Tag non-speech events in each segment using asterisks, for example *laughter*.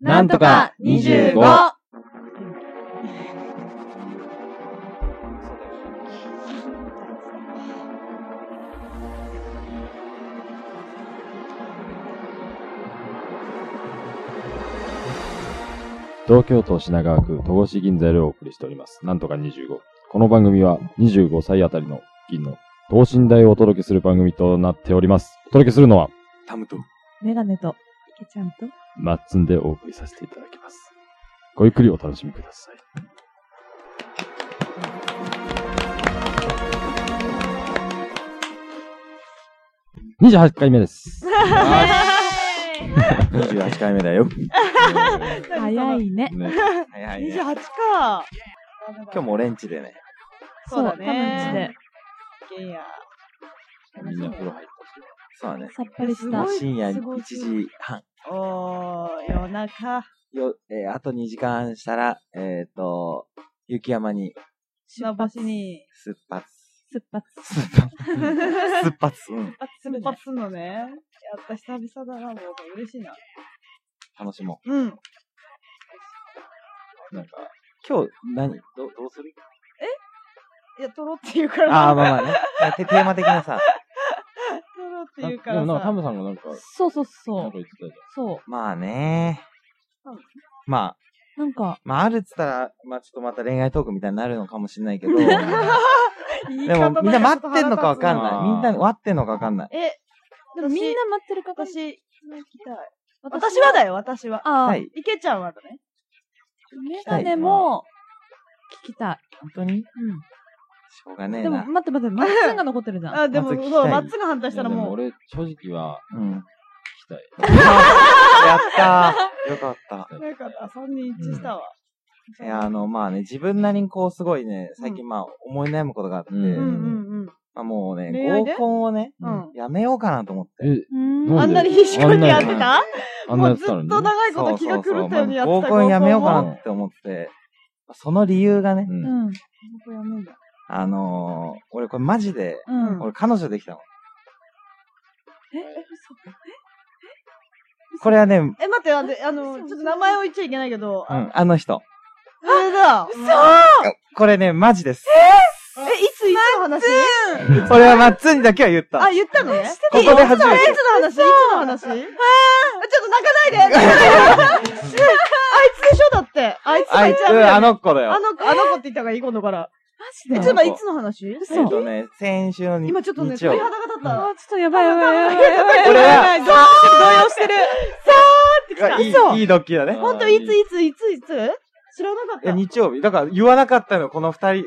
なんとか25東京都品川区戸越銀座よりお送りしております。なんとか25。この番組は25歳あたりの銀の等身大をお届けする番組となっております。お届けするのは、タムと。メガネと、けちゃんと。マッツンでお送りさせていただきます。ごゆっくりお楽しみください。28回目です。 28回目だよ。早いね。ね、はいはい、二ね。十今八か。日も俺んちでね。そうだ多分うちでね。いや。みんな風呂入っそうだね。さっぱりしすたご。い深夜すご1い時半。おー、夜中。よ、えーあと2時間したら、えっ、と、雪山にの場所に。出発。出発。出発。 *laughs* 出発。うん。あ、出発すんのね。やった、久々だな、もう。嬉しいな。楽しもうん。う。なんか、今日何ど、どうするいや、撮ろうって言う *laughs* から。ああ、まあまあね。テテーマ的なさ。撮ろうってて言うかでらもなんかタさ。ムさんがなんか、そうそうなそんか言う。ってたじそまあねうん。まあ、う。なんか、まああるっつったら、まあちょっとまた恋愛トークみたいになるのかもしれ *laughs* ないけど。言いで方もだみんな待ってんのかわかんあなーい。みんな待ってんのかわかんない。い。え、でもみんな待ってるか私、私、私はだよ、私は。ああ、はい。いけちゃんはだね。メガネも聞きたい。本当にしうん。ょうがねえでもな。待って待って、マッツンが残ってるじゃん。 *laughs* あ、でも、まず聞きたいそう、まっつが反対ゃん。したらいやでもう。俺、正直は、 *laughs* うん。やっ聞きたい。たー。よかった。なんか、あ、3人一致したわ。いや、あの、まあね、自分なりにこう、すごいね、最近まあ、思い悩むことがあって、うんうんうんうん。まあもうね、恋愛合でコンをね、うんやめようかなと思って。え、うんなあんんでなに必死こいてやってたあんもなうやっずってたのとに、長いこそとう気そがうそ狂う。ったようにやってまあた合コンやめようか合コンなもって思って、その理由がね、うんうん。合コンやめんだあのー、俺これマジで、うん。俺彼女できたの。え、これはね、うん、え、待って、待って、あの、ちょっと名前を言っちゃいけないけど、ああの人。それだ。嘘これね、マジです。え、いつ、いつの話それはまっつんにだけは言った。あ、言ったのね。ここで初めえ、いて。つの話いつの話あーちょっと泣 *laughs* かないで泣かないであいつでしょだって。あいつあがい一つ、番だよねあの子だよあ。の子、あの子って言った方がいい、今度から。え、マちょっとジで待って、いつの話えっ嘘とね、先週の日今ちょっとね、日鳥曜肌が立った。あ、ちょっとやばいやばいやばい *laughs* やばい。これはやばいやばいやばい動揺してる。がい嘘い、いいドッキリだね。ほんと、いつ、いつ、いつ、いつ知らなかっいた。や日曜日。だから言わなかったの、この二人。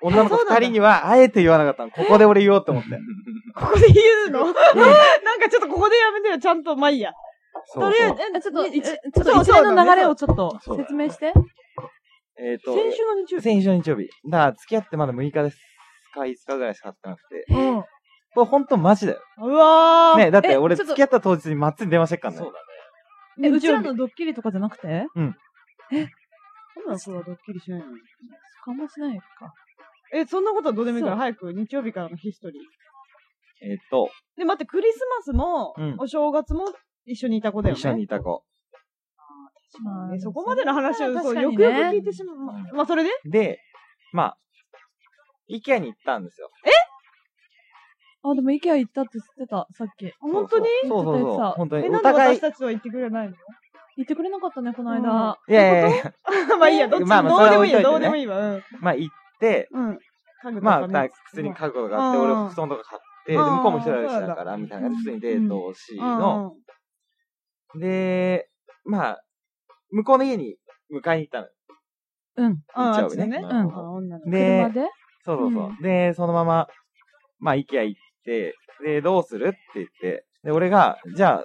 女の子あそうなんだ二人には、あえて言わなかったの。ここで俺言おうと思って。ここで言うの *laughs* なんかちょっとここでやめてよ、ちゃんと、まあいいや。そうとりあえず、え、ちょっと、に一ちょえっと一そうそ連うのだね流れをちょっとそう説明して。えっと、先週の日曜日。先週の日曜日。だから付き合ってまだ6日です。か5日ぐらいしか経ってなくて。うんこれほんとマジだよ。うわー。ね、だって俺ちょっ付とき合った当日にマッツンに電話してっからねそう。日曜え、日うちらのドッキリとかじゃなくてそんなそれはドッキリしないのにかもしないか。え、そんなことはどうでもいいから、そう早く日曜日からのヒストリー。えっと、で、待って、クリスマスも、うんお正月も一緒にいた子だよ一ね。緒にいた子。まえそこまでの話を、確そうかよにくねよく聞いてしまう。ままあ、それでで、まあ、イケアに行ったんですよ。あ、でも IKEA 行ったって言ってた、さっき。本当にそうそうちょっとやってそうそたう。本当え、に。なおんで互い私、たちは言ってくれないの言ってくれなかったね、このうん間。いやいやいや、まあいいや、どっちまあまあそどうでもれは置いいいとよ、いてねどうでもいいわ。うん。まあ行って、うん。家具とかねまあ、だ普通に家具とかあって、うん俺布団とか買って、でうん向こうも一人暮らしだから、みたいな感じで、普通にデートをしうんの、で、まあ、向こうの家に迎えに行ったのよ。うん。うん。うん、行っあちゃっうちよでねね。なるあほど女の子。で車、でそうそうそう。うんで、そのまま、まあ、イケア行って、で、どうするって言って、で、俺が、じゃあ、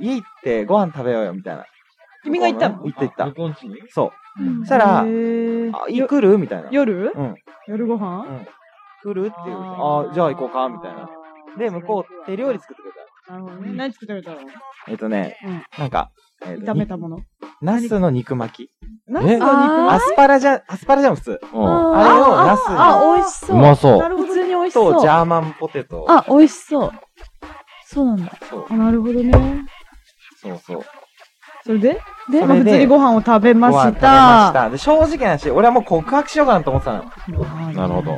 家行ってご飯食べようよ、みたいな。君が行ったの行った行った向。こうの家にそううんんしたらへーう。あ、い来るみたいな。夜うん。夜ごう飯ん。来るっていう。あ、じゃあ行こうか、みたいな。。で、向こう、手料理作ってくれたの。なるほどね。何作ってくれたのえっとね、うんなんか、えっと炒めたもの。ナスの肉巻き。ナスの肉あアスパラじゃ、アスパラじゃん、普通。うんあれをあナスあ、美味しそうう。まそう。なるほ普ど通に美味しとそジう。ャーマンポテトを。あ、美味しそう。そうなんだ。そうあ、なるほどね。そうそう。それでで、そまあれ普で通にご飯を食べまご飯し。食べましたた。で、正直な話、俺はもう告白しようかなと思ってたの。なるほど。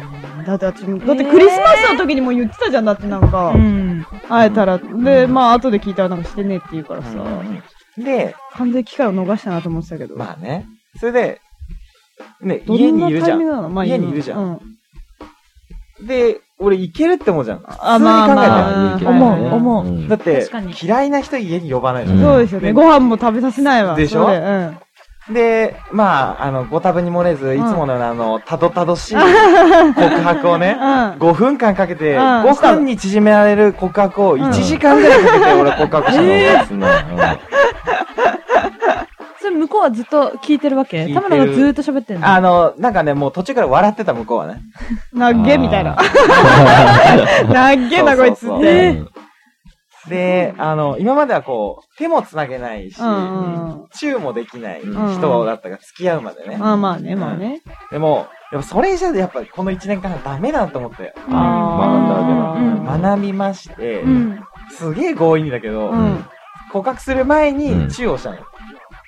だって私も、だってクリスマスの時にも言ってたじゃん、だってなんか、うん。会えたら。で、まあ後で聞いたらなんかしてねえって言うからさ、で、完全に機会を逃したなと思ってたけど。まあね。それで、ね、ど家んにないるタじイゃミンん。グなのまあ家にいるじゃんうん。で、俺行けるって思うじゃん。あ普通にまあ考えたらまあ、普通に考えたらはい思う、思う。うんだって確かに、嫌いな人家に呼ばないじゃうんん。そうですよね。ご飯も食べさせないわ。でしょそれうん。で、まあ、あの、ご多分に漏れず、いつものようなあの、たどた *laughs* どしい告白をね、うん。 5分間かけて、うん5分に縮められる告白を1うん時間ぐらいかけて *laughs* 俺告白したの。ですね。それ向こうはずっと聞いてるわけ聞いてる田村がずーっと喋ってんのあの、なんかね、もう途中から笑ってた向こうはね。なうんっげみたいな。。なっげなこいつそっうそうて。えで、あの、今まではこう、手もつなげないし、チうんうんうんューもできない人だったから、付き合うまでね。まあまあね、まあね。でも、やっぱそれじゃやっぱこの1年間ダメだなと思って、うんあ学んだわけだうん学びまして、うん。すげえ強引だけど、うん告白する前うにんチューをしたの。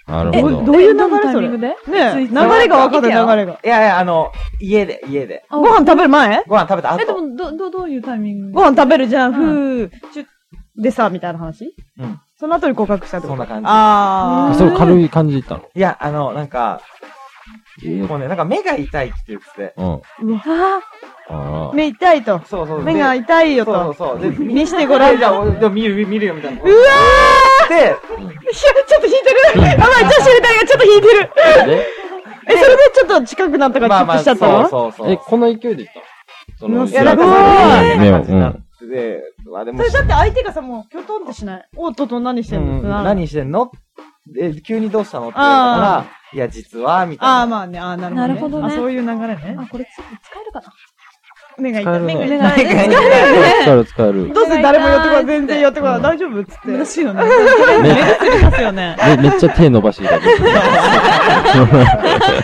なるえ、ほどど。どういう流れどのタイミングでねえ、流いつれが分かるいけよ流れが。いやいや、あの、家で、家で。あご飯食べる前ご飯食べたえ、で後。も、ど、ど、どういうタイミングご飯食べるじゃん、うふう、ちゅ、でさ、みたいな話うんその後に告白したってことそんな感じあー。あそう軽い感じでいったのいや、あの、なんか、えーもうね、なんか目が痛いって言ってて。うん。うわああ目痛いと。そうそう。目がい痛いよそと。うそ *laughs* うそう。で、見してごらん。じゃあ、俺でも見る、見るよ、みたいな。ううわで、ーいやちょっと引いてるやばい、女子みたいがちょっと引いてるあ。でえ、それでちょっと近くなったからチュッとしちゃったのそうそうそう。え、こんな勢いでいったのいいや、やなんかさ、すいいごい感じになってて、あでもそれだって相手がさ、もう、きょとんってしない。おっとっと、何してんのってなる何してんのえ、急にどうしたのって言われたから、いや、実は、みたいな。ああ、まあね、ああ、なるほどね。なるほどねあ、そういう流れーね。あ、これつ使えるかな目が痛い。使えるね目が痛目い。が使える使える。どうせ誰も寄ってこない、全然寄ってこなうい。ん大丈夫っつって。難しいよね。ねますよね。めめ *laughs* っちゃ手伸ばしていた。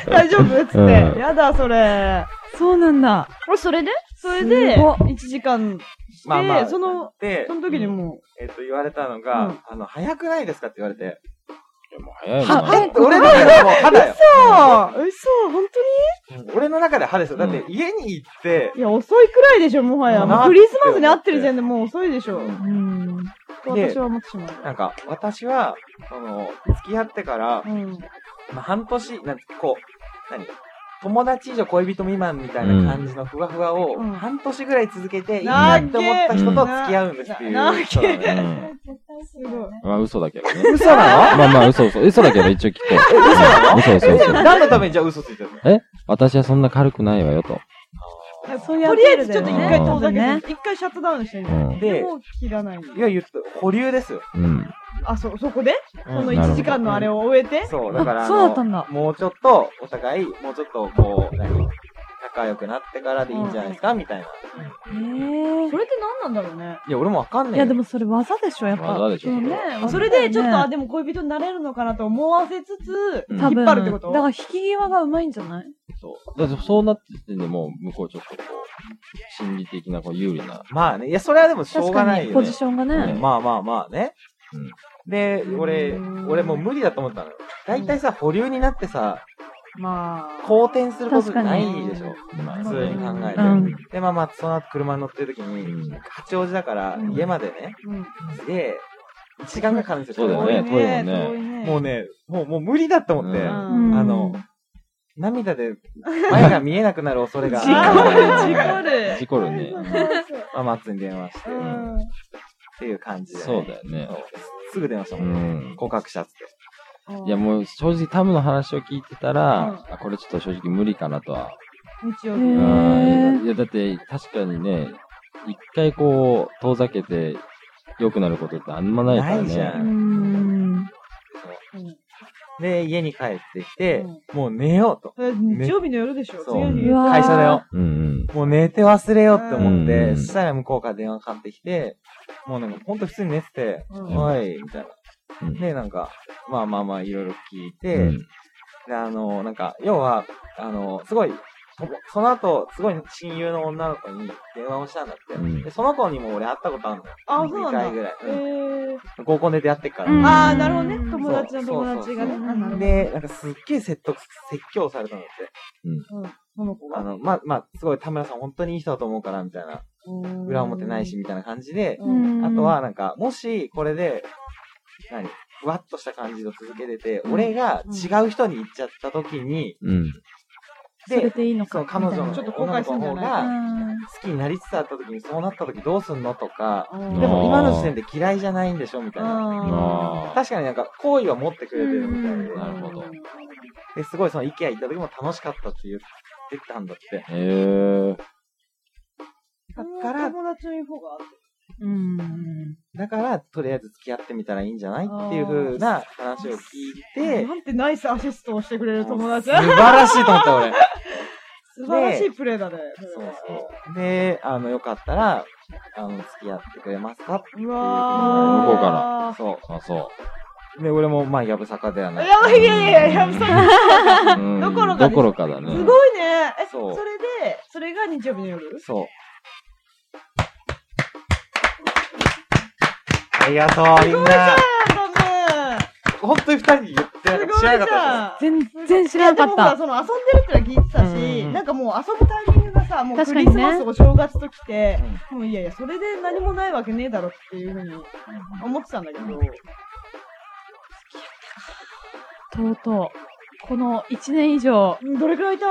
大丈夫っつって。うんやだ、それ。そうなんだ。それでそれで、すごっ1時間して、まあまあその、でその時にもえっと、言われたのうがん、あの、早くないですかって言われて。早いなな。はえ歯俺の中ではもう歯だよ。う。ああ、嘘、本当俺の中で歯ですよ。だってう家に行って、にいや、遅いくらいでしょ、もはや。まもあうクリスマスに会ってる時点でもう遅いでしょ。うん。で私は思ってしまう。なんか、私は、その、付き合ってから、うん。まあ、半年、なんて、こう、何友達以上恋人未満みたいな感じのふわふわを、うん半年ぐらい続けて、いいななーって思った人と付き合うんですっていう。ななそうだうねん。すごい。まあ嘘だけどね。嘘な *laughs* のまあまあ嘘嘘。嘘だけど一応聞こう。嘘嘘嘘。何のためにじゃあ嘘ついてるの私はそんな軽くないわよと。そういうとアピりあーえルずだちょよっとね一回うん遠ざけねて、一回シャットダウンしてうね。ん。で、もう切らない。いや、言った、保留ですよ。うん。あ、そ、そこでここのなるほ1ど時間のあれを終えてそう、だから、ああそうだったんだのもうちょっと、お互い、もうちょっと、こう、何仲良くなってからでいいんじゃないですかみたいな。へーそれって何なんだろうね。いや、俺もわかんないいよ。や、でもそれ技でしょ、やっぱ。技でしょ。ねえそれで、ちょっと、あ、ねでも恋人になれるのかなと思わせつつ、うん引っ張るってことだから引き際がうまいんじゃないそう。だってそうなっててね、もう向こうちょっとこう、心理的なこう有利な。まあね、いや、それはでもしょう確がなかいに、よポジね。ションがョンね。まあまあまあねうん。で、俺う、ん俺もう無理だと思ったのよ。大体さ、保留になってさ、まあ。好転することないでし確かょに。まあ普通に考えて。うんで、まあまあ、その後車に乗ってる時うにん、八王子だからう、ん家までね、うんすげえ、1時間ぐらいかかるんですよ。そうだよね遠いね。遠いもんね遠いねもうね、もう、もう無理だと思って、うんあうんの、涙で前が見えなくなる恐れが事故る、事故る。事故るね。まあ、松に電話して、うっんていう感じで、そうだよね。そうすぐ電話したもうんね。ん。告白したっつって。いやもう正直タムの話を聞いてたら、うあこれちょっと正直無理かなとは。日曜へうー日。ん。いやだって確かにね、一回こう遠ざけて良くなることってあんまないからね。ないじゃうんん。で、家に帰ってきて、うんもう寝ようと。日曜日の夜でしょ。そ次うの日うわー会社だよ。うんうん。もう寝て忘れようって思って、うんそしたら向こうから電話かかってきて、もうなんかほんと普通に寝てて、うんおい、みたいうんな。で、なんか、まあまあまあいろいろ聞いて、うんで、あの、なんか、要は、あの、すごい、その後、すごい親友の女の子に電話をしたんだって。うんでその子にも俺会ったことあるのよ。あそうなんだ2回ぐらい。えー、うん合コンで出会ってっから。うんああ、なるほどね。うん友達の友達がね。そうそうそうあなるほどで、なんかすっげえ説得、説教されたのって。その子あが。の、まあ、まあ、すごい田村さん本当にいい人だと思うから、みたいな。裏表ないし、みたいな感じで。うんあとは、なんか、もし、これで、何ふわっとした感じを続けてて、俺が違う人に行っちゃった時に、うん。それで、でいいのそかう、彼女のみたいちょっと後悔するんじゃない女の子の方がな好きになりつつあった時に、そうなった時どうすんのとか、でであもー今の時点で嫌いじゃないんでしょみたいな。あああ。確かになんか、好意は持ってくれてるみたいでう。んなるほどで、すごいその IKEA 行った時も楽しかったって言ってたんだって。えー。ー。だか、からら、友達のインフォがあって。うん。だから、とりあえず付き合ってみたらいいんじゃないっていう風な話を聞いて、なんてナイスアシストをしてくれる友達素。晴らしいと思った俺。素晴らしいプレーだね。そうそう。で、あの、よかったら、あの、付き合ってくれますかっていうう風わにー。向こうかそ。あ、そうで、俺も、まあ、やぶさかではないい。や、いやいやいや、そうう。うんどころかですどころかだね。すごいね。え、そそうれで、それが日曜日の夜そう。ありがとう、みんな。だね。本当に二人に言ってなすんかごい知じらなかゃっん。全然知らでなもかっさ、た。その遊んでるってのは聞いてたし、うんうんなんかもう遊ぶタイミングがさ、もうク確かリにねスマス、お正月と来てた、ね。もういやいや、それで何もないわけねえだろっていうふうに思ってたんだけど、とうとう。この1年以上、うんどれくらいいた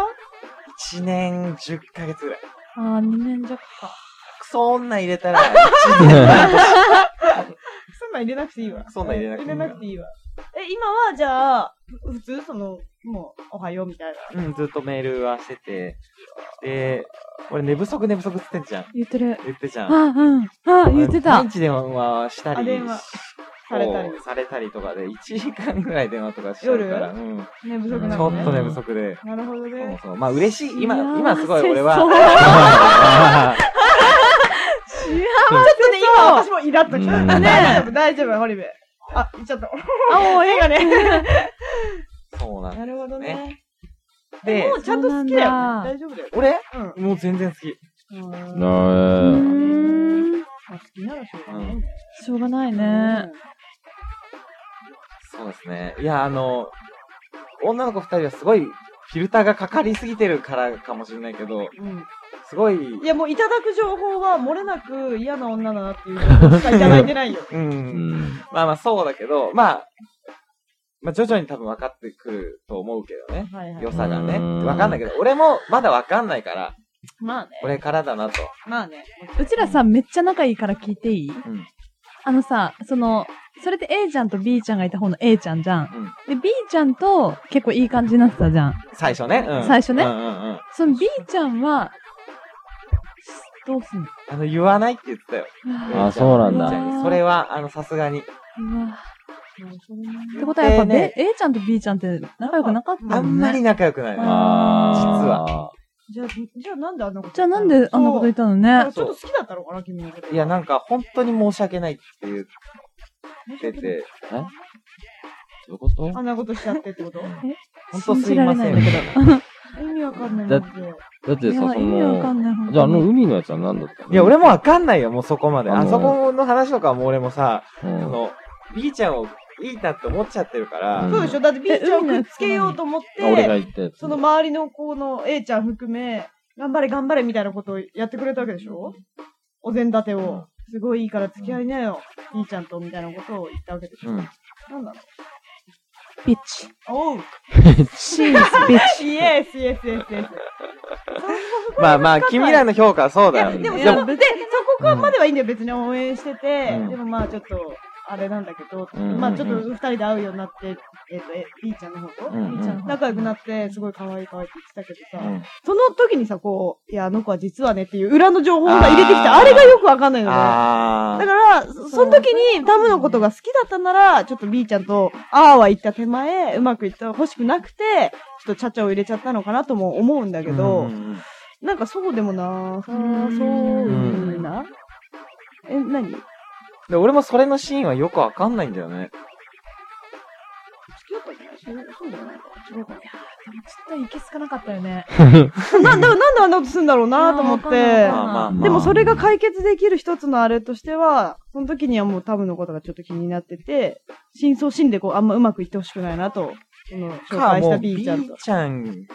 一年十ヶ月ぐらい。ああ、2年弱か。クソ女入れたら、一 *laughs* 年そんなん入れなくていいわ。そんなん入れなくていいわていいわ。え、今はじゃあ、ふ普通その、もう、おはようみたいな。うん、ずっとメールはしてて。で、俺寝不足寝不足っつってんじゃん。言ってる。言ってじゃん。あ、うん。あ、言ってた毎。日電話したあり、電話されたりこうされたりとかで、1時間ぐらい電話とかしてるから、うん、ち寝不足なょのっね。と寝不足で。なるほどそうね。そう。まあ嬉しい。今、幸せ今すごい俺 *laughs* はそう。*laughs* ちょっとね、今私もイラっときうた。んね大丈夫、大丈夫、ホリベ。あ、行っちゃった。あ、もう映画ね。そうなんなるほどね。でも、うちゃんと好きだよね。そうなんだ大丈夫だよ。俺うん。もう全然好き。なま *laughs* うあえーん。あ好きならしょうがないんだよしょうがないね。そうですね。いや、あの、女の子二人はすごい、フィルターがかかりすぎてるからかもしれないけど、うんすごい、いや、もういただく情報は漏れなく嫌な女だなっていう情報しかいただいてないよ。う。うんん。まあまあそうだけど、まあ、まあ徐々に多分分かってくると思うけどね。はいはい良。さがね。うん分かんないけど、俺もまだ分かんないから、 *laughs* まあね。これからだなと。まあね。うちらさ、めっちゃ仲いいから聞いていいうん。あのさ、その、それで A ちゃんと B ちゃんがいた方の A ちゃんじゃん。うで、ん B ちゃんと結構いい感じになってたじゃん。最初ね。うん、最初ねうんうんうん。その B ちゃんは、どうすんのあの、言わないって言ってたよ。うあそうなんだちゃにそれは、あの、さすがに。わっってことはやっぱ、ね、べ A ちゃんと B ちゃんって仲良くなかったのねあんまり。仲良くない。あじゃあ、じゃあなんであんなことじゃあなんであんなこと言ったのそうねちょっと好きだったのかな、君のこと。いや、なんか、本当に申し訳ないって言ってて、実は。どういうことあんなことしちゃってってこと本当すいません。信じらい *laughs* 意味わかんないだもんで。だっていさ、や、そ意味わかの、んない。本当にじゃああの海のやつは何だったのや、俺もわかんないよ、もうそこまで。ああのーそこの話とかも俺もさ、うそん。の、B ちゃんをいいなって思っちゃってるから、うんそうでしょだって B ちゃんをくっつけようと思っあ俺がて、言ったやつ。その周りの子の A ちゃん含め、頑張れ頑張れみたいなことをやってくれたわけでしょお膳立てを。すごいいいから付き合いなよ、B ちゃんとみたいなことを言ったわけでしょ、うんなんなのビッチ。おうシーズ、ビッチ。 *laughs* イエスイエスイエスイエス。まあまあ、君らの評価はそういだや、よ。でも、いやそこで、そこまではいいんだよ、別に応援してて、うんでもまあちょっと、あれなんだけど、うんまあちょっと二人で会うようになって、えっ、と、え、B ちゃんの方と、うんうん仲良くなって、すごい可愛い可愛いって言ってたけどさ、うんその時にさ、こう、いや、あの子は実はねっていう裏の情報が入れてきた、あーあれがよくわかんないのね。あだーから、そその時にタムのことが好きだったなら、ちょっと B ちゃんと、ああは言った手前、うまくいった、欲しくなくて、ちょっとちゃちゃを入れちゃったのかなとも思うんだけど、うんうんうんなんかそうでもなさあ、うんそうな。え、何付きで俺もそれのシーンはよくわかんないんだよね。合ったんじゃないそうそうじゃないか。違うかな。ちょっといけすかなかったよね。な、な、なんであんなことするんだろうなと思っいやてー。わかんないまあでもそれが解決できる一つのあれとしては、その時にはもうタブのことがちょっと気になってて、真相心でこう、あんまうまくいってほしくないなと、その、紹か、介しもたう、B B ちちゃゃんんと。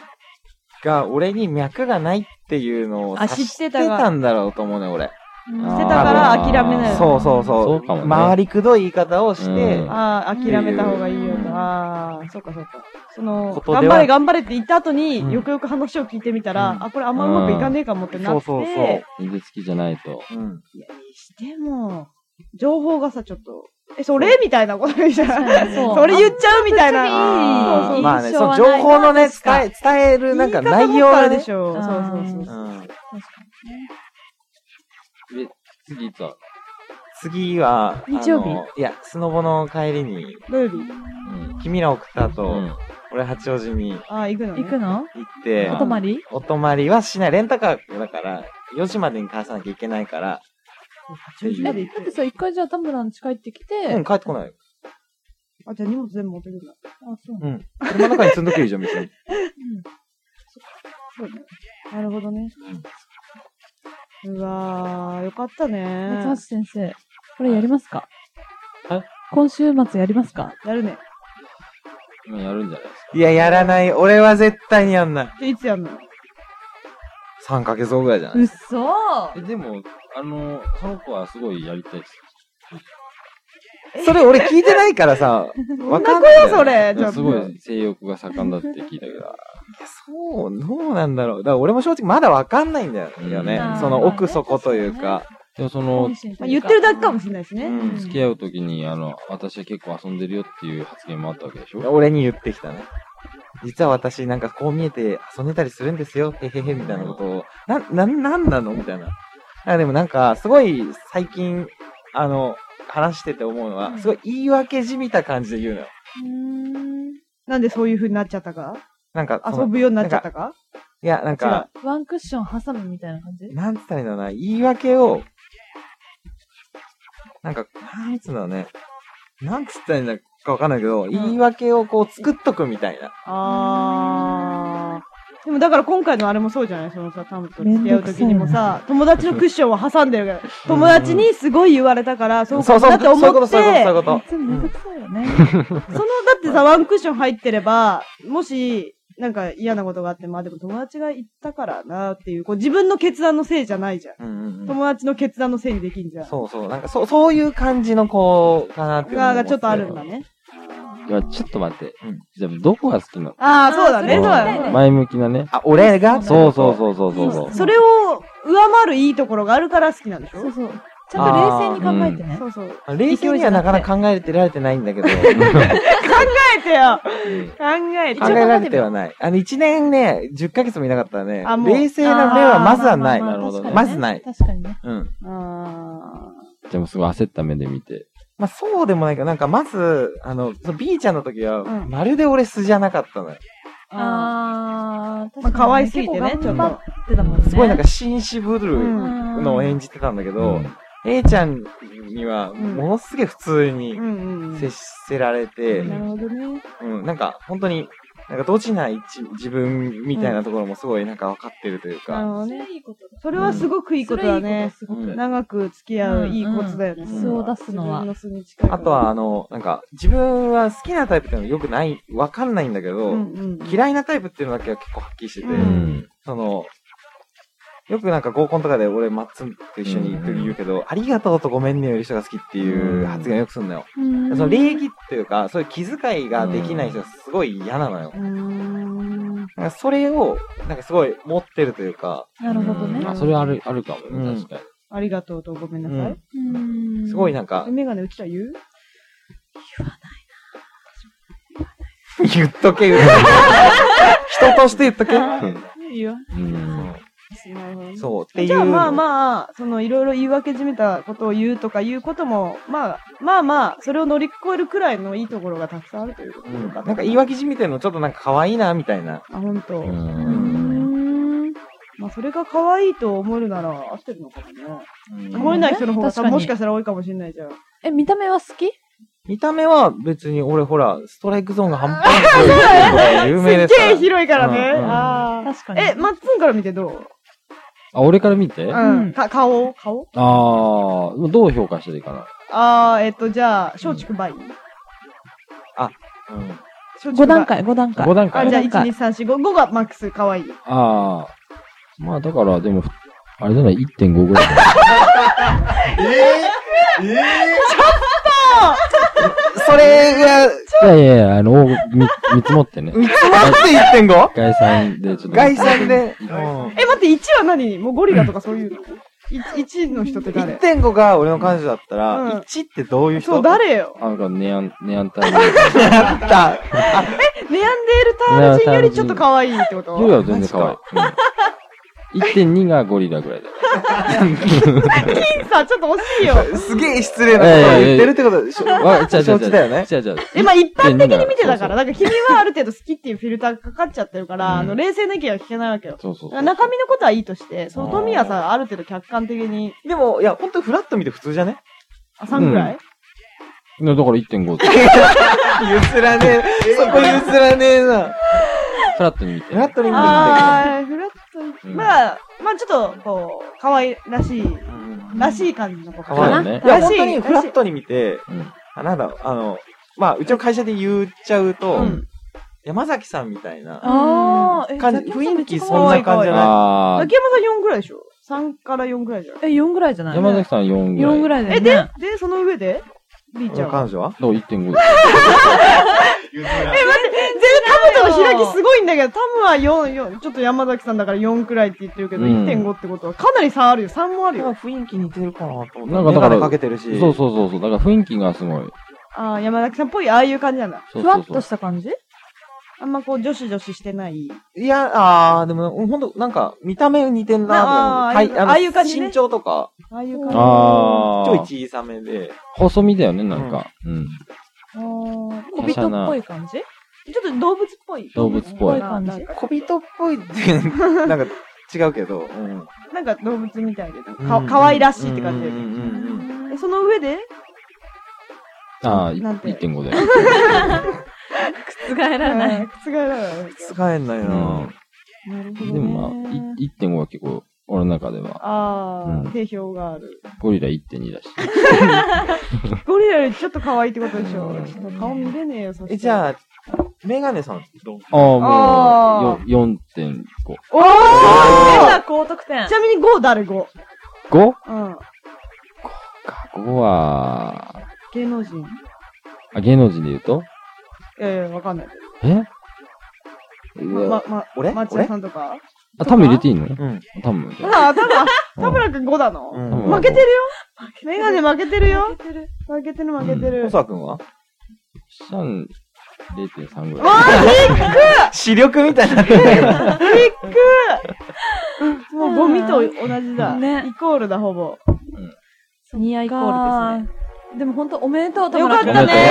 が、俺に脈がないっていうのをあ察知ってたがしてたんだろうと思うね、俺。うんんし捨てたから諦めない。そうそうそう。そうかもね回りくどい言い方をして、うんああ、諦めた方がいいようんと。ああ、そうかそうか。そのこ、と頑では張れ頑張れって言った後に、うんよくよく話を聞いてみたら、うんあ、これあんまうまくいかねえかもってなって、そうそうそう水付きじゃないと。うんいや、にしても、情報がさ、ちょっと、え、それみたいなこと言うじゃないそうそれ言っちゃうみたいな。あーそうそうまあね、印そ象のは情ない報のね、確か伝え、伝える、なんか内容ががでねし。ょ。そうあそうーそううそう。ん次いつは次は、日曜日あのいや、スノボの帰りに、土曜日。君ら送った後、うん。俺八王子に行ああ、行くの、ね。行くのって、うんお泊まりお泊まりはしない。レンタカーだから、4時までに返さなきゃいけないから、 10時え、まだっで行てく。さ、一回じゃあ田村の家帰ってきて、うん、帰ってこないよ。あ、じゃあ荷物全部持ってくるんだ。あ、そうう。ん。車の中に積んどけばいいじゃん、別に。そうね。なるほどね。うわー、よかったね松。橋先生、これやりますかえ今週末やりますかやるね。今やるんじゃないですか。 *laughs* いや、やらない。俺は絶対にやんない。でいつやんの3ヶ月後ぐらいじゃないっそえ、でも、あの、その子はすごいやりたいです。それ俺聞いてないからさ、わかんない。そそれ。じゃあ、すごい性欲が盛んだって聞いたけど。いやそう、どうなんだろう。だから俺も正直まだわかんないんだよねう。んその奥底というか。でもその、まあ言ってるだけかもしれないしうね。ん付き合うときに、あの、私は結構遊んでるよっていう発言もあったわけでしょ俺に言ってきたね。実は私、なんかこう見えて遊んでたりするんですよ。へへへ、みたいなことを。な、な、なんなのみたいな。あでもなんか、すごい最近、あの、話してて思うのは、すごい言い訳じみた感じで言うのよ。うん。なんでそういう風になっちゃったかなんか、その遊ぶようになっちゃったかいや、なんか、ワンクッション挟むみたいな感じなんつったらいいんだろうな、言い訳を、なんか、なんつうんだろうね。なんつったらいいんだかわかんないけど、言い訳をこう作っとくみたいな。あー。でもだから今回のあれもそうじゃないそのさ、タムとめん付どき合うくさいな時にもさ、友達のクッションを挟んでるから、友達にすごい言われたから、そうそかうそう、だってそう思いうこと、って、そそうの、いうこと、そういだうこと。いつもめんどくさいよね。ってさ、ワンクッション入ってれば、もし、なんか嫌なことがあって、まあでも友達が言ったからなっていう、こう自分の決断のせいじゃないじゃん。うんうんうん友達の決断のせいにできんじゃん。そうそう、なんかそう、そういう感じのこう、かなっていうのをが、思がてちょっとあるんだね。いや、ちょっと待ってうん。じゃあ、どこが好きなのああ、そうだね、えそうだんね。前向きなね。あ、俺がそうそうそうそうそうそそうう。それを上回るいいところがあるから好きなんでしょそうそう。ちゃんと冷静に考えてね。そうそう。う。冷静にはなかなか考えてられてないん *laughs* だけど、考考えてようん考えて一応考えてみえよようられてはない。あの、1年ね、10ヶ月もいなかったらねあ、もう冷静な目はまずはない。あーまあなるほどねまあまずない確かにね。うん。あじゃあ、もうすごい焦った目で見て。まあ、そうでもないけど、なんか、まず、あの、その B ちゃんの時は、うんまるで俺素じゃなかったのよ。ーああー、確まあ、かわいすぎてね、結ちょ構っ頑張と。ってたもんね。すごいなんか、紳士ぶるうんのを演じてたんだけうどん、 A ちゃんには、んものすげえ普通にうんうんうん接せられて、なるほどね。うん、なんか、本当に、なんか、ドジない一自分みたいなところもすごいなんか分かってるというなるか、ほどそね。れいいことだ。それはすごくいいことだね。それいいことすごく。長く付き合ういいコツだよね。うんうんそれ素を出すの自は分の素に近いからあと、は、あの、なんか、自分は好きなタイプっていうのよくない、分かんないんだけうど、んうん。嫌いなタイプっていうのだけは結構はっきりしてうて、うんん。その、よくなんか合コンとかで俺、マッツンと一緒に行って言うけど、ありがとうとごめんねより人が好きっていう発言をよくするのよ。うんその礼儀っていうか、そういう気遣いができない人がすごい嫌なのよう。ーん。なんかそれを、なんかすごい持ってるというか、なるほどねあ、。それある、あるかもうね。ん確かに。ありがとうとごめんなさい。うんすごいなんか、メガネうちら言う言っと *laughs* け、言っとけ。人として言っとけ。言ううん。なるほどね。そう、っていう。じゃあまあまあ、そのいろいろ言い訳じめたことを言うとかいうことも、まあまあまあ、それを乗り越えるくらいのいいところがたくさんあるということうでん。すなか。んか言い訳じみてるのちょっとなんか可愛いな、みたいな。あ、本当。う。うんーん。まあそれが可愛いと思えるなら合ってるのかもね。ん思えない人の方が多確か分にもしかしたら多いかもしれないじゃん。え、見た目は好き見た目は別に俺ほら、ストライクゾーンが半端ない。有名ですっかげえら。広いからね。うんうんあ確かあ。に。え、マッツンから見てどうあ、俺から見て、あうん。か、顔顔あー、どう評価していいかな。ああ、えっと、じゃあ、松竹梅。うん松竹梅5段。階、5段階。 5段あ、階じゃあ、五段階1、2、3、4、5。5がマックス、可愛い。ああ。まあだから、でも、あれじゃない、1.5ぐらい *laughs* かな。ええそれが、いやいやいや、あの、見見積もってね。見積もって 1.5? 概算でちょっと。概算で。え、待って、1は何もうゴリラとかそういうの 1, 1の人って誰1.5が俺の彼女だったら、うん1ってどういう人そう、誰よあなんか、ネアン、ネアンタイル。いだった。ネアンデールタール人よりちょっと可愛いってことやいや、全然可愛い。うん、1.2がゴリラぐらいだよ。金さん、ちょっと惜しいよ。すげえ失礼なことを言ってるってことでしょ。わ、ちゃちゃ承ちゃ。知だよね。ちゃちゃ。え、まあ一般的に見てたそかうそら、だから君はある程度好きっていうフィルターかかっちゃってるから、うんあの、冷静な意見は聞けないわけよ。そうそうだそからう。中身のことはいいとして、その富はあさ、ある程度客観的に、でも、いや、ほんとフラット見て普通じゃねあ、3ぐらい、ねだから1.5で。譲らねえ。そこ譲らねえな。フラットに見て。フラットに見てあー、フラット、うんまあ、まあちょっと、こう、可愛らしい、らしい感じの子か可愛な。いねいや、らし本い当にフラットに見て、うんあ、なんだろう、あの、まあ、うちの会社で言っちゃうと、うん山崎さんみたいなあー、え、感ザキじ、ヤマさ雰囲気めっちゃそん可愛ない感じじゃないあ竹山さん4ぐらいでしょ ?3 から4ぐらいじゃないえ、4ぐらいじゃあ。ない山崎さん4ぐらい。 ?4 ぐい。らいだえ、よでね。、で、その上で ?B ちゃんは。彼女はそう、1.5でタムとの開きすごいんだけど、タムは4、4、ちょっと山崎さんだから4くらいって言ってるけど、うん1.5ってことはかなり差あるよ。3もあるよ。雰囲気似てるかなと思って。ななんんかだかだかからら。かけてるし。そうそうそうそう。だから雰囲気がすごい。ああ、山崎さんっぽい、ああいう感じなんだ。そうふわそうっそとう。した感じあんまこう、女子女子してない。いや、あー、でも、ほんと、なんか、見た目似てんなと思う。あーああいうのああいう感じね身長とか、ああいう感じ。ああ。ちょい小さめで。細身だよね、なんか。うん。あー小人っぽい感じちょっと動物っぽい。動物っぽいななんか小人っぽいって、 *laughs* なんか違うけど。うんなんか動物みたいで、なんかうかん可愛らしいって感じうんうんうんうんで。え、その上でああ、いなんて1.5で。覆らない。うん覆らない。使えんないななるほうどん。ねでもまあ、い1.5は結構、俺の中では、ああ、うん定評がある。ゴリラ1.2だし。ゴリラよりちょっと可愛いってことでしょうん。ちょっと顔見れねえよ、そしたらえ、じゃあ、メガネさんってどうああ、もう、よ4.5。お出ーた高得点ち。なみに5誰 5? 5? うん。か、5は、芸能人あ、芸能人で言うとええ、わかんないけえど。うわま、ま、俺町田俺さんとかあ、タム入れていいのうん。タム。ああ、田村、田うん村くん5だのうん負けてるよメガネ負けてるよ負けてる負けてる負けてる細。田く *laughs* んはシャン0.3ぐわらい。視力みたいになってんだけど。あ、びっくもうゴミと同じだ。ねイコールだ、ほぼ。似合いコールですね。でも本当おめでとう、田よか村った君ね。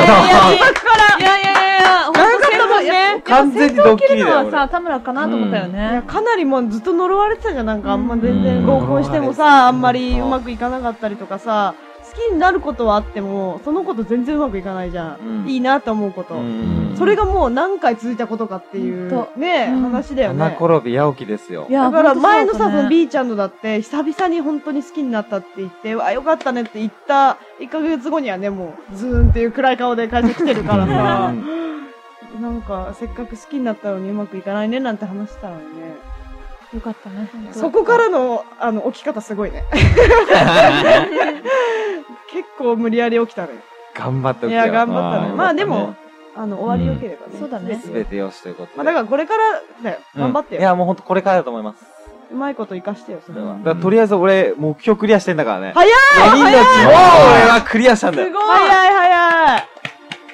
おめでとういやいやいやいやいやいや、本当ったもんね戦闘完全にドッキリだよ戦闘を切るのはさ、田村かなと思ったよいやね。かなりもうずっと呪われてたじゃん、なんかあんま全う然ん合コンしても呪われてさ、たあんまりうまくいかなかったりとかさ、好きになることはあっても、そのこと全然うまくいかないじゃん。うんいいなと思うこと。んそれがもう何回続いたことかっていうほん、ね、うん話だよ七ね。転び八起きですよい。やだから前のさ、そのー B ちゃんのだって、久々に本当に好きになったって言って、うわ、よかったねって言った1ヶ月後にはね、もう、ズーンっていう暗い顔で会社来てるからさ、 *laughs* なんか、せっかく好きになったのにうまくいかないねなんて話したのにね。よかったね。本当そこからの、あの、起き方すごいね。結構無理やり起きたね。頑張っておきいよや、頑張ったあね。ーまあでよもか、あの、終わりよければうね。んそうだね全てったね、すべてよしということまあで。だからこれからだよ。う頑ん張っていよ。や、もうほんとこれからだと思います。うまいこと生かしてよ、それは。だからとりあえず俺、目標クリアしてんだからね。早い4人のうち、もう俺はクリアしたん *laughs* だすよ。ごい *laughs* 早い早い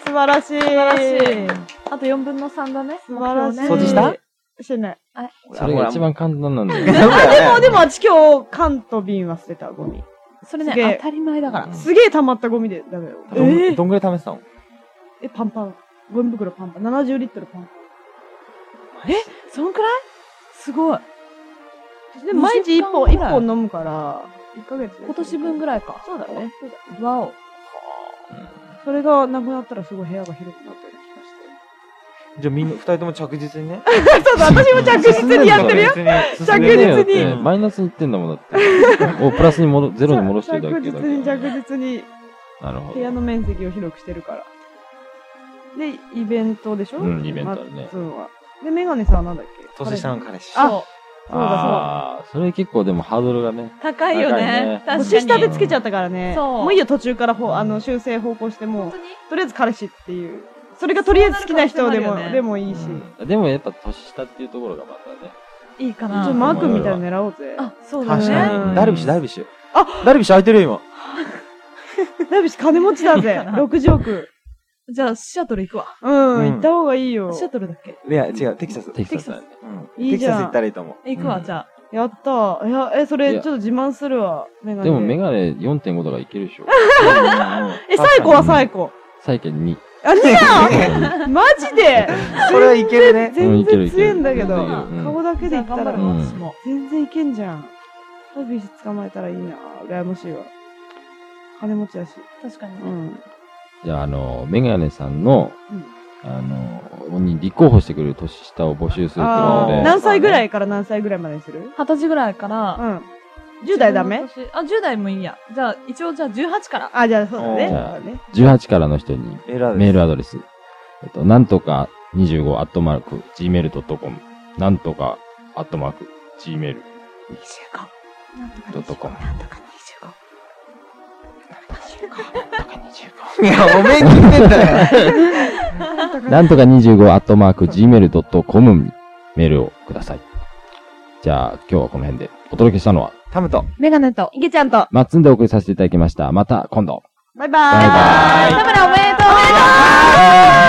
素晴らしい素晴らしいあと4分の3だね。素晴らしい。目標掃除ねしたしてない。それが一番簡単なんだよね。頑張れでも、でも、あっち今日、缶と瓶は捨てた、ゴミ。それすげえね、当たり前だから。すげえ溜まったゴミで、ダメよ。どんえーどんぐらい貯めてたのえ、パンパン。ゴミ袋パンパン。70リットルパンパそんくらいすごい。ン。で、毎日1本、 20 1缶本飲むから、1ヶ月。今年分ぐらいか。そうだね。わお。それがなくなったらすごい部屋が広くなったような気がして。じゃあみんな、二人とも着実にね。 *laughs* そうだ、私も着実にやってるよ。よ着ねえよ実にってマイナスにいってんだもんだって。 *laughs* もうプラス *laughs* に戻、ゼロに戻してるだけだ着実にから着実になるほ部屋のど。面積を広くしてるから。で、イベントでしょうんイベントあるねマッツンはで、メガネさんはなんだっけ年下の彼氏。あそう。そうだそうだ。ああ、それ結構でもハードルがね。高いよね。高いね確か年に。下でつけちゃったからね。そうもういいよ、途中からほうあの修正方向しても本う当、にとりあえず彼氏っていう。それがとりあえず好きな人でそうも、なる可能性もあるよねでもいいし。うんでもやっぱ年下っていうところがまたね。いいかちょっとな。マー君みたいなの狙おうぜ。あ、そうだ確ね。かうんに。ダルビッシュ、ダルビッシュ。あダルビッシュ空いてるよ、ダビシ金持ちだぜ。60億。 *laughs* じゃあ、シアトル行くわ。うん、うん行った方がいいよ。シアトルだっけ今。いや、違う、テキサス。テキサスだね。うんいテいキじゃサんス行ったらいいと思う。行くわ、うんじゃあ。やった。いや、え、それ、いちょやっと自慢するわ。メガネ。でもメガネ4.5とかいけるで *laughs* しょ。え、サイコはサイコ。債券2。あ、にや *laughs* うんんマジでそれはいけるね。うん全いけるい然ける強いんだけど、全然いけるうん顔だけでじいゃあった頑張ら、るうわ、ん私も。全然いけんじゃん。ダビシ捕まえたらいいな。羨ましいわ。金持ちだし。確かにうね。ん。じゃあ、あの、メガネさんのうん、あの、に立候補してくれる年下を募集するってことあでー。何歳ぐらいから何歳ぐらいまでにする二十歳ぐらいかうら。ん。10代ダメ自分の年あ、10代もいいや。じゃあ、一応じゃあ18から。あ、じゃあそうだね。おーそうだね18からの人にメールアドレメースルアドレス。えっと、なんとか25アットマーク gmail.com。なんとかアットマーク gmail.com。 25。なんとかどとこなんとか25。いや、おめえに言ってんだよ。なんとか25アットマーク gmail.com にメールをください。じゃあ、今日はこの辺でお届けしたのは、タムと。メガネと。いけちゃんと。マッツンでお送りさせていただきました。また今度。バイバーイ。バイバーイ田村おめでとう。おめでとう